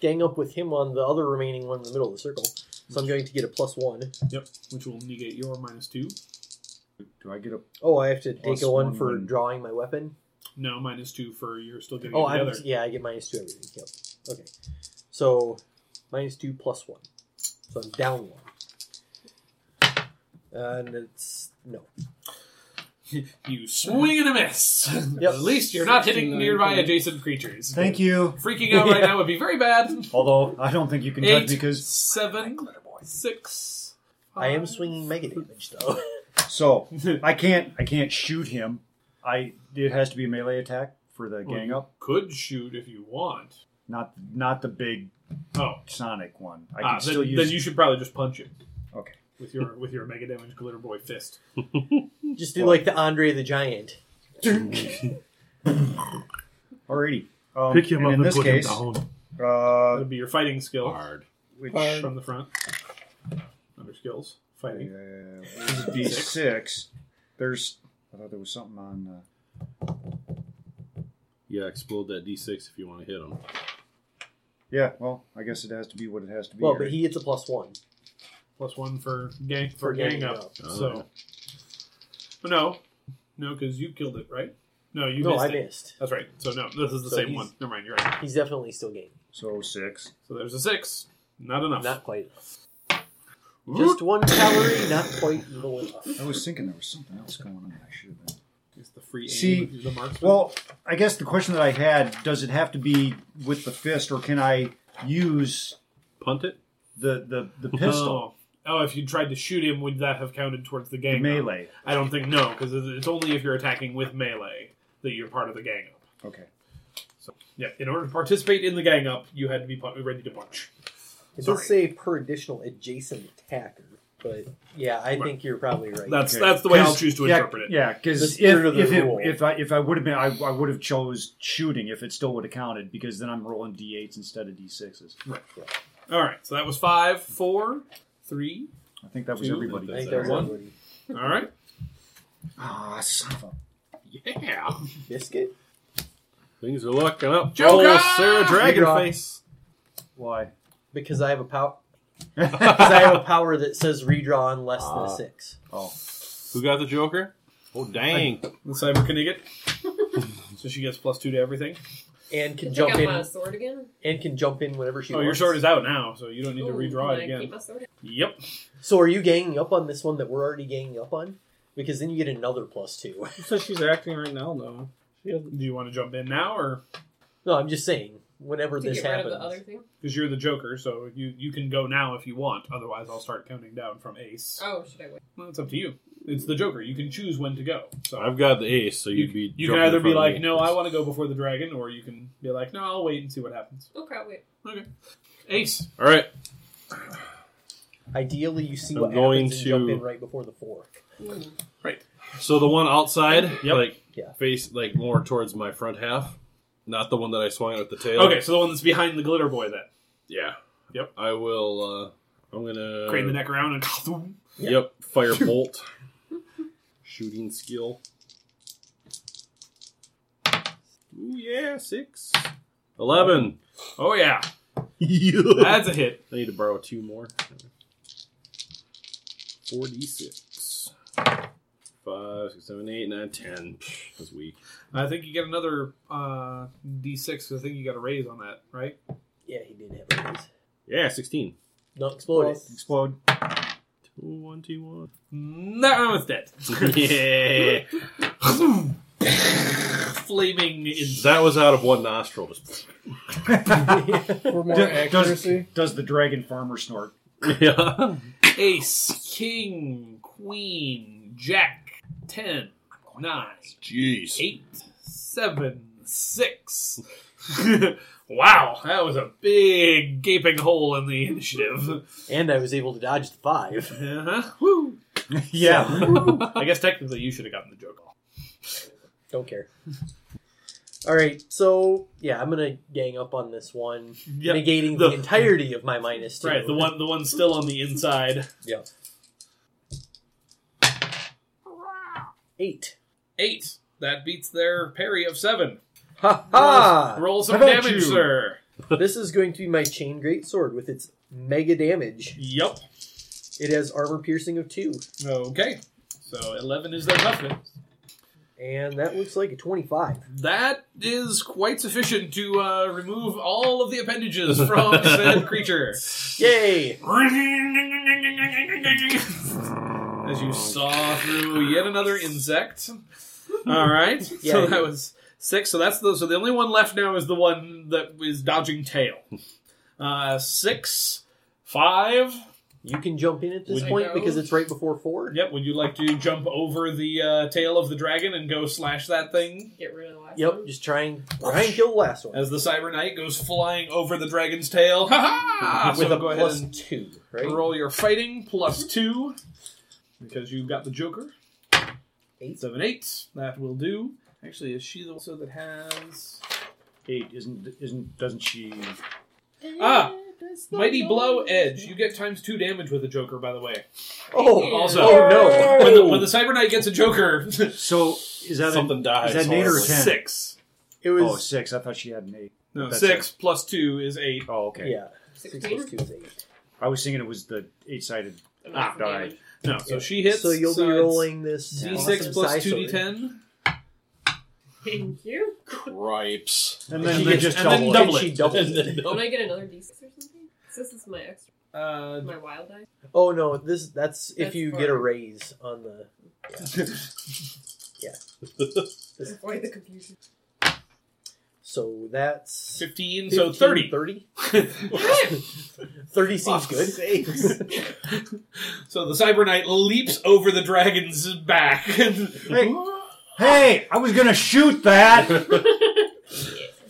gang up with him on the other remaining one in the middle of the circle. So I'm going to get a plus one. Yep. Which will negate your minus 2. Do I get a? Oh, I have to Plus take a one one for when- drawing my weapon. No, minus 2 for you're still getting Oh, it I'm, together. yeah, I get minus two everything. Yep. Okay. So minus two plus one. So I'm down one. And it's no. You swing and a miss. At least you're not hitting nearby adjacent creatures. Thank you. Freaking out right now would be very bad. Although I don't think you can Eight, touch because seven, six. I am swinging mega damage though. so I can't I can't shoot him. I it has to be a melee attack for the gang up. Could shoot if you want. Not not the big Oh, Sonic one. I can ah, then, still use. then you should probably just punch him okay. with your with your mega damage glitter boy fist. Just do like the Andre the Giant. Alrighty. Um, Pick him and up in and this put case. him down. Uh, That'd be your fighting skill which from the front. Under skills, fighting. D six. There's. I thought there was something on. Uh, Yeah, explode that d6 if you want to hit him. yeah. Well, I guess it has to be what it has to be. Well, but right? he gets a plus one. Plus one for gang for, For gang, gang up. up. So, But no, no, because you killed it, right? No, you no, missed I it. missed. That's right. So no, this is the So same he's- one. Never mind. You're right. He's definitely still game. So six. So there's a six. Not enough. Not quite enough. Whoop. Just one calorie, not quite low enough. I was thinking there was something else going on. I should have been. It's the free aim. See, of the marksman. Well, I guess the question that I had: Does it have to be with the fist, or can I use Punt it? the the, the Oh. pistol Oh, if you tried to shoot him, would that have counted towards the gang? the melee? Up? I don't think no, because it's only if you're attacking with melee that you're part of the gang up. Okay. Yeah, in order to participate in the gang up, you had to be pu- ready to punch. It Sorry. does say per additional adjacent attacker, but yeah, I think you're probably right. That's Okay. that's the way I'll 'Cause- choose to yeah, interpret it. Yeah, The because if, spirit of the if, it- rule. if I if I would have been, I, I would have chose shooting if it still would have counted because then I'm rolling d8s instead of d6s. All right, so that was five, four, three. I think that was Two, everybody. I I think that That's was one. everybody. All right. Ah, son of a. Yeah. biscuit. Things are looking up. Joker! Oh, Sarah Dragonface. Why? Because I have a power. Because I have a power that says redraw on less than a six. Oh, Who got the Joker? Oh, dang. The cyber kinetic. so she gets plus two to everything. And can Can jump jump out in my sword again? and can jump in whenever she oh, wants. your sword is out now, so you don't need to Ooh, redraw can it I again. keep my sword? Yep. So are you ganging up on this one that we're already ganging up on? Because then you get another plus two. She says she's acting right now, though. She hasn't. Do you want to jump in now, or no, I'm just saying. Whenever To this get rid of happens, the other thing? because you're the Joker, so you you can go now if you want. Otherwise, I'll start counting down from ace. Oh, should I wait? Well, it's up to you. It's the Joker. You can choose when to go. So I've got the ace, so you, you'd be. you can either be like, no, I want to go before the dragon, or you can be like, no, I'll wait and see what happens. Oh crap, wait. Okay. Ace. All right. Ideally, you see I'm what going happens and jump to- in right before the four. So the one outside, Yep. like Yeah. face, like more towards my front half, not the one that I swung at with the tail. Okay, so the one that's behind the glitter boy then. Yeah. Yep. I will. uh I'm gonna Crane the neck around and Kathum. Yep. Fire bolt. Shooting skill. Ooh, yeah, six. Eleven. Oh yeah. I That's a hit. need to borrow two more. Four d six. Five, six, seven, eight, nine, ten. Psh, That's weak. I think you get another uh, D6. 'cause I think you got a raise on that, right? Yeah, he did have rabies. Yeah, sixteen. No, explode it. Explode. Two, one, two, one. That one was dead. yeah. Flaming in That was out of one nostril. Just For more Does- accuracy. Does, does the dragon farmer snort? yeah. ace, king, queen, jack, ten, nine, Jeez. eight, seven, six. wow, that was a big gaping hole in the initiative. And I was able to dodge the five. Uh-huh. Woo. Yeah. I guess technically you should have gotten the joke off. Don't care. All right, so yeah, I'm gonna gang up on this one, Yep. negating the, The- entirety of my minus two. Right, the one, the one still on the inside. Yeah. Eight. Eight. That beats their parry of seven. Ha ha! Roll some How about damage, you? sir. this is going to be my chain greatsword with its mega damage. Yep. It has armor piercing of two, Okay. So eleven is their toughness. and that looks like a twenty-five. That is quite sufficient to uh, remove all of the appendages from said creature. Yay! As you saw through yet another insect. All right. Yeah. so that was six. So that's the so the only one left now is the one that is dodging tail. Uh, six, five. You can jump in at this Would you point go? because it's right before four. Yep. Would you like to jump over the uh, tail of the dragon and go slash that thing Get rid of the last Yep, one. just try and try and kill the last one as the cyber knight goes flying over the dragon's tail? Ha ha! with Uh, so a go ahead plus and two. Right, Roll your fighting plus two because you got the Joker. Eight. Seven, eight. That will do. Actually, is she the also that has Eight isn't isn't doesn't she? Ah, Mighty Blow Edge? You get times two damage with a Joker, by the way. Oh, Also- oh no! When the, when the Cyber Knight gets a Joker, So is that Something A, dies. is that an eight or a ten? six. It Oh, was six. I thought she had an eight. No, That's six plus two is eight. Oh, okay. yeah. Six plus Sixteen? two is eight. I was thinking it was the eight-sided. Ah, died. No, so she hits. so you'll be it's rolling this D6 awesome plus size two sword. D10. Thank you. Cripes. And then She they gets- just and then double it. double She it. doubles And then it. Don't I get another D6 or something? This is my extra, Uh, my wild die. Oh no! This that's if That's you for- get a raise on the. Avoid the confusion. So that's fifteen. So 15, thirty. Oh, 30? 30 seems good. So the Cyber Knight leaps over the dragon's back. Hey, hey! I was gonna shoot that.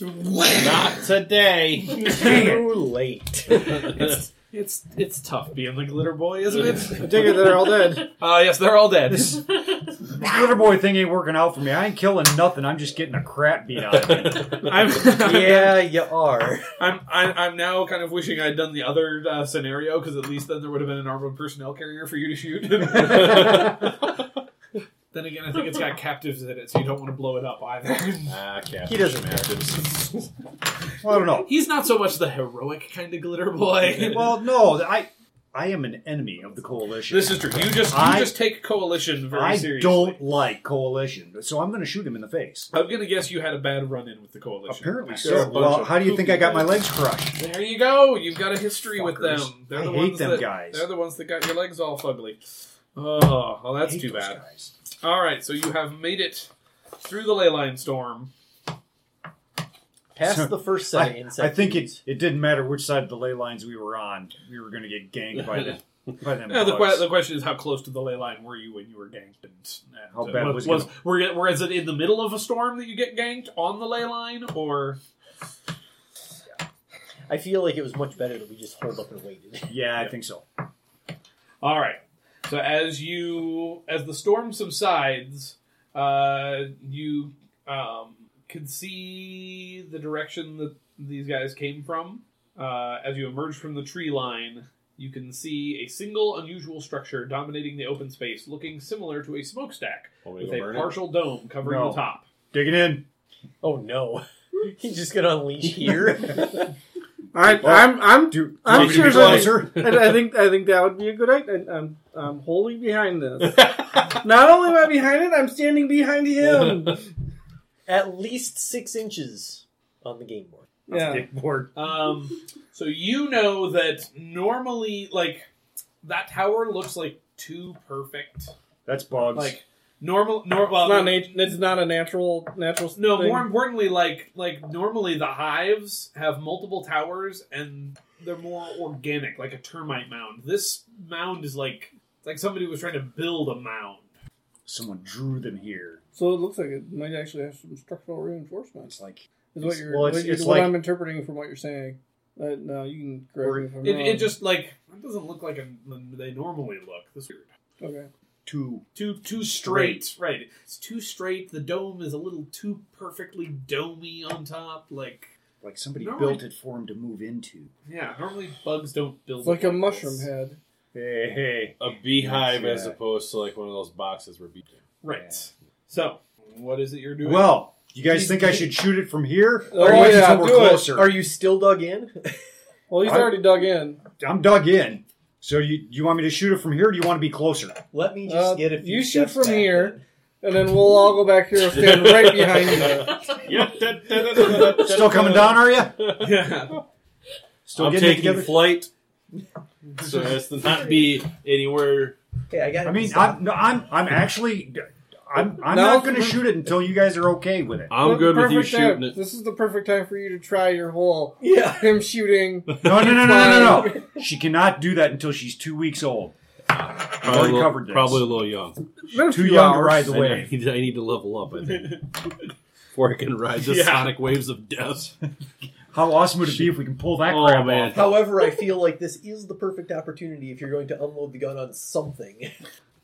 Not today. Too late. it's, it's it's tough being the glitter boy, isn't it? I take it they're all dead. Uh, yes, they're all dead. The glitter boy thing ain't working out for me. I ain't killing nothing. I'm just getting a crap beat out of me. I'm, yeah, you are. I'm, I'm I'm now kind of wishing I'd done the other uh, scenario because at least then there would have been an armored personnel carrier for you to shoot. then again, I think it's got captives in it, so you don't want to blow it up either. Ah, cap. He doesn't matter. Well, I don't know. He's not so much the heroic kind of glitter boy. Well, no, I I am an enemy of the coalition. this is true. You just you I- just take coalition very I seriously. don't like coalition, so I'm going to shoot him in the face. I'm gonna guess you had a bad run in with the coalition. Apparently They're a so. bunch Well, of how do you think I got my poopy legs crushed? There you go. You've got a history with Fuckers. them. They're I the hate ones them that, guys. They're the ones that got your legs all fugly. Oh, well, that's Hate too those bad. guys. All right, so you have made it through the ley line storm. Past So, the first set of I, insect I think it, dudes. it didn't matter which side of the ley lines we were on. We were going to get ganked by the by them. Now, the, que- bugs. the question is, how close to the ley line were you when you were ganked? And, and, How uh, bad was, was it was were, it- were- is it in the middle of a storm that you get ganked on the ley line, or I feel like it was much better that we just hold up and waited. yeah, I think so. All right. So as you as the storm subsides, uh, you um, can see the direction that these guys came from. Uh, as you emerge from the tree line, you can see a single unusual structure dominating the open space, looking similar to a smokestack Want me to with go a burn it? partial dome covering No. the top. Dig it in. Oh no. He's just gonna unleash here. I, I'm, I'm, Do, I'm want me to be sure that- closer? I, I think, I think that would be a good idea. I, I'm, I'm wholly behind this. Not only am I behind it, I'm standing behind him. At least six inches on the game board. Yeah. Dick board. Um, so you know that normally, like that tower looks like too perfect. That's bugs. Like normal, nor, well, It's not, nat- it's not a natural natural no. thing. More importantly, like like normally the hives have multiple towers and they're more organic, like a termite mound. This mound is like it's like somebody was trying to build a mound. Someone drew them here. So it looks like it might actually have some structural reinforcements. It's like Is what It's- you're, well, it's- what, you're- it's what like- I'm interpreting from what you're saying. Uh, no, you can correct Or me if I'm It, wrong. it just like it doesn't look like a, they normally look. This is weird. okay. two. too too straight. Right. It's too straight. The dome is a little too perfectly domey on top. Like Like somebody No, built it for him to move into. yeah, normally bugs don't build It's like a this. mushroom head. Hey, hey. A beehive Yeah. as opposed to like one of those boxes where bee. Right. Yeah. So what is it you're doing? Well, you guys think I should shoot it from here? Oh, do you guys yeah, think we're do it. closer? Are you still dug in? Well, he's What? already dug in. I'm dug in. So you you want me to shoot it from here? Or do you want to be closer? Let me just Uh, get a few you shoot steps from back here. in. And then we'll all go back here and stand right behind you. Still coming down, are you? yeah. Still I'm getting it taking together. flight, so as to not be anywhere. Hey, I got. I mean, stop. I'm no, I'm I'm actually I'm I'm No. not going to shoot it until you guys are okay with it. I'm good with you Perfect time. shooting it. This is the perfect time for you to try your whole yeah. him shooting. No, no, no, no, no, no, no. She cannot do that until she's two weeks old. Probably, a little- covered this. probably a little young. Too young to ride the I, wave. need, I need to level up. I think before I can ride the Yeah. sonic waves of death. How awesome would it be if we can pull that Oh, crap man. off? However, I feel like this is the perfect opportunity if you're going to unload the gun on something.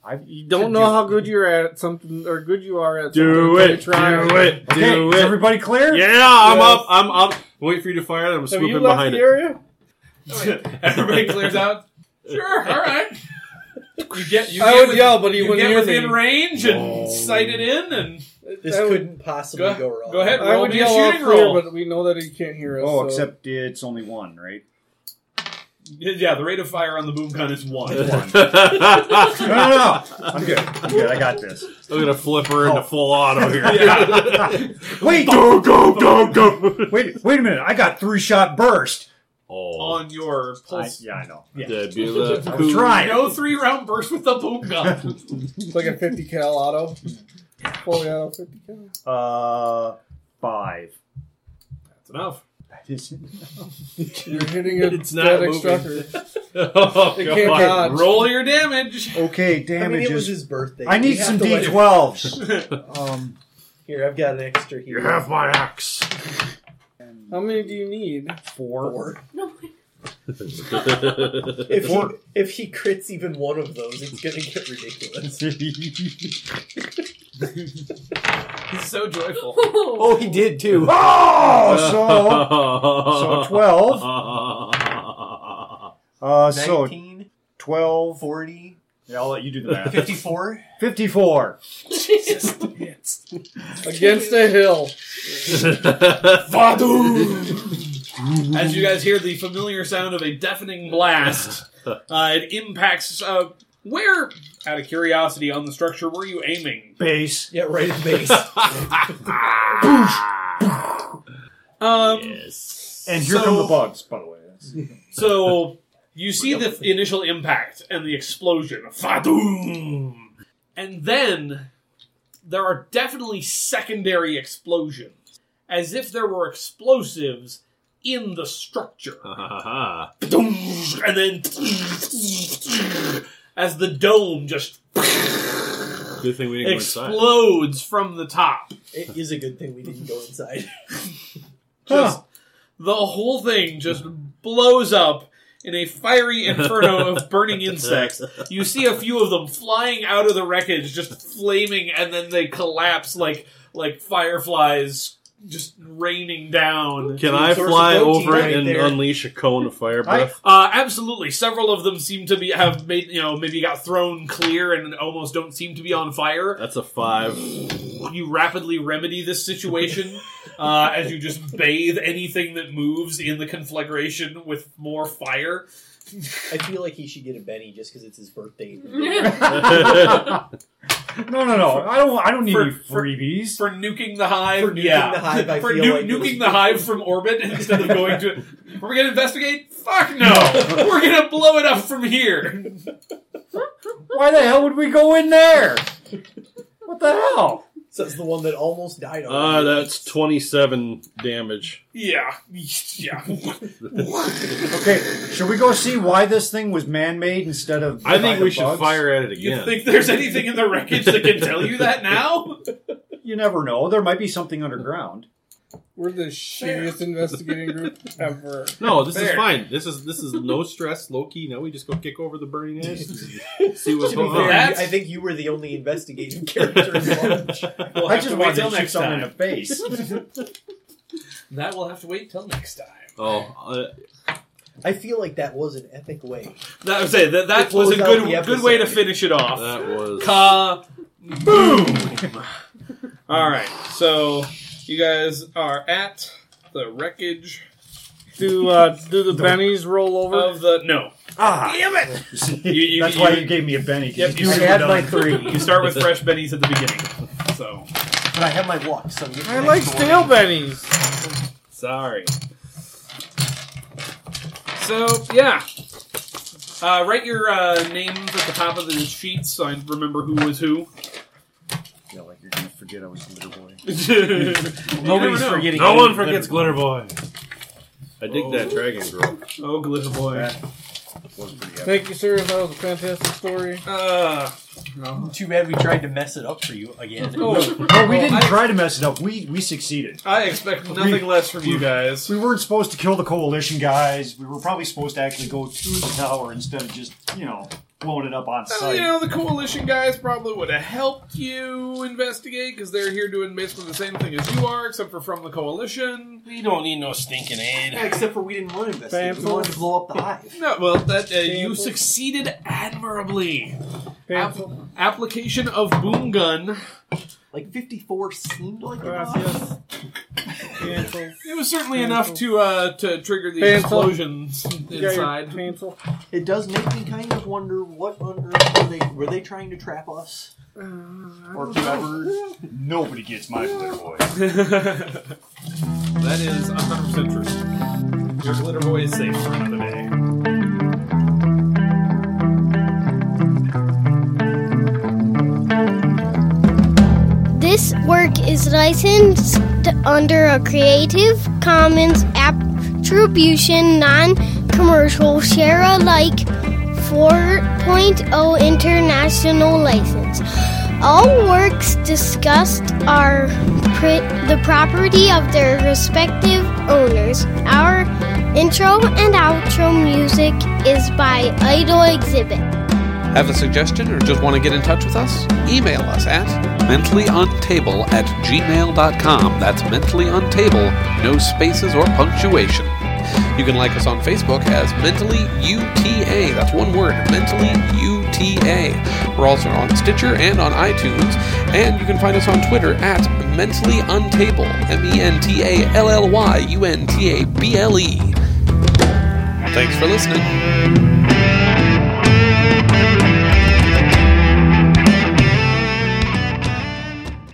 I You don't know how good you're at something or good you are at something. until you try it! Okay, is everybody clear? Yeah, I'm Yes. up. I'm up. Wait for you to fire it. I'm Have you swooping left behind the it. area? Everybody clears out. Sure. All right. You get you I get would with- yell, but he you wouldn't get hear within me. range and sight it in, and This I would- couldn't possibly go- go, wrong. go ahead. I Roll would me a yell off shooting clear, roll. but we know that he can't hear us. Oh, so- except it's only one, right? yeah, the rate of fire on the boom gun is one. No, no, no. I'm good. I'm good. I got this. I'm gonna flip her Oh. into full auto here. Wait, Go go go go! wait, wait a minute. I got three shot burst. Oh, on your I, pulse. yeah, I know. Debula. I'm trying. No three round burst with the boom gun. It's like a 50 cal auto. Fully auto 50 cal. Uh, five. That's enough. That is You're hitting a It's not static moving. structure. Oh, It can't God. dodge. Roll your damage. okay. I mean, it was Damages. his birthday. I We need have some to let- d12s. um, Here, I've got an extra here. my axe. How many do you need? four. Four. No, If he, Four. if he crits even one of those, it's gonna get ridiculous. He's so joyful. Oh, he did too. oh, so so twelve. Uh, so 19, twelve. 40, Yeah, I'll let you do the math. 54. Fifty-four. Jesus. Against a hill. As you guys hear the familiar sound of a deafening blast, uh, it impacts. Uh, where, out of curiosity, on the structure were you aiming? Base. Yeah, right at base. Um, And here So- come the bugs. By the way. That's- So you see the initial impact and the explosion. Fadoom! And then there are definitely secondary explosions, as if there were explosives in the structure. Uh-huh. and then as the dome just Good thing we didn't go inside. explodes from the top. it is a good thing we didn't go inside. Just the whole thing just blows up in a fiery inferno of burning insects. You see a few of them flying out of the wreckage, just flaming, and then they collapse like like fireflies, just raining down. Can Dude, I source of fly protein over it right and there. unleash a cone of fire Hi. breath? Uh, absolutely, several of them seem to be have made you know maybe got thrown clear and almost don't seem to be on fire. That's a five. You rapidly remedy this situation uh, as you just bathe anything that moves in the conflagration with more fire. I feel like he should get a Benny just because it's his birthday. Mhm. No, no, no. I don't. I don't need For- any for- freebies. For nuking the hive, For nuking yeah. the hive, I for feel nu- like it nuking was- the hive from orbit instead of going to. We're we gonna investigate? Fuck no! We're gonna blow it up from here. Why the hell would we go in there? What the hell? so it's the one that almost died. Uh, already. that's 27 damage. Yeah, yeah. Okay, should we go see why this thing was man-made instead of? I by think the we should bugs? fire at it You again. think there's anything in the wreckage that can tell you that now? You never know. There might be something underground. We're the shittiest investigating group ever. no, this is Fair. fine. This is this is no stress, low key. Now we just go kick over the burning ash. see Uh, what's To be going fair, on. that's- I think you were the only investigative character involved. We'll I have just to wait till wanted to shoot next something in time. the face. That will have to wait till next time. Oh, uh, I feel like that was an epic way. That was it. That, that To was a close out the good episode. good way to finish it off. that was. Ka boom! All right, so you guys are at the wreckage Do uh, do the bennies roll over? of the no. Ah, Damn it! you- that's why you- you gave me a Benny. 'cause Yep, you you were had done. my three, You start with fresh bennies at the beginning. So but I have my walk, so I'm getting I an like extra stale one. bennies. sorry. So yeah, uh, write your uh, names at the top of the sheet so I remember who was who. Yeah, like you're gonna forget I was a little boy. Nobody's forgetting. No I one was forgets Glitter Glitter Boy. I dig that dragon girl. Oh, glitter boy. That was pretty epic. Thank you, sir. That was a fantastic story. Uh, Too bad we tried to mess it up for you again. oh, No, we didn't I- try to mess it up. We we succeeded. I expect nothing less from you guys. We weren't supposed to kill the coalition guys. We were probably supposed to actually go to the tower instead of just, you know, blowing it up on Well, site. you know, the coalition guys probably would have helped you investigate because they're here doing basically the same thing as you are, except for from the coalition. We don't need no stinking aid. except for we didn't want to investigate. We Painful. wanted to blow up the hive. No, well, that uh, you Sample. succeeded admirably. App- Painful. application of boom gun. Like 54 seemed like enough. Gracias. Painful. It was certainly Sample. enough to uh, to trigger the Sample. explosions You got your inside. Painful. It does make me kind of wonder what on earth were they were they trying to trap us? or whoever. Nobody gets my glitter boy. that is 100% true. Your glitter boy is safe for another day. This work is licensed under a Creative Commons Attribution Non Commercial Share Alike 4.0 International License. All works discussed are pri- the property of their respective owners. Our intro and outro music is by Idol Exhibit. Have a suggestion or just want to get in touch with us? Email us at mentallyuntable at gmail.com. That's mentallyuntable, no spaces or punctuation. You can like us on Facebook as Mentally UTA. That's one word, Mentally UTA. We're also on Stitcher and on iTunes. And you can find us on Twitter at Mentally Untable, M E N T A L L Y U N T A B L E. Thanks for listening.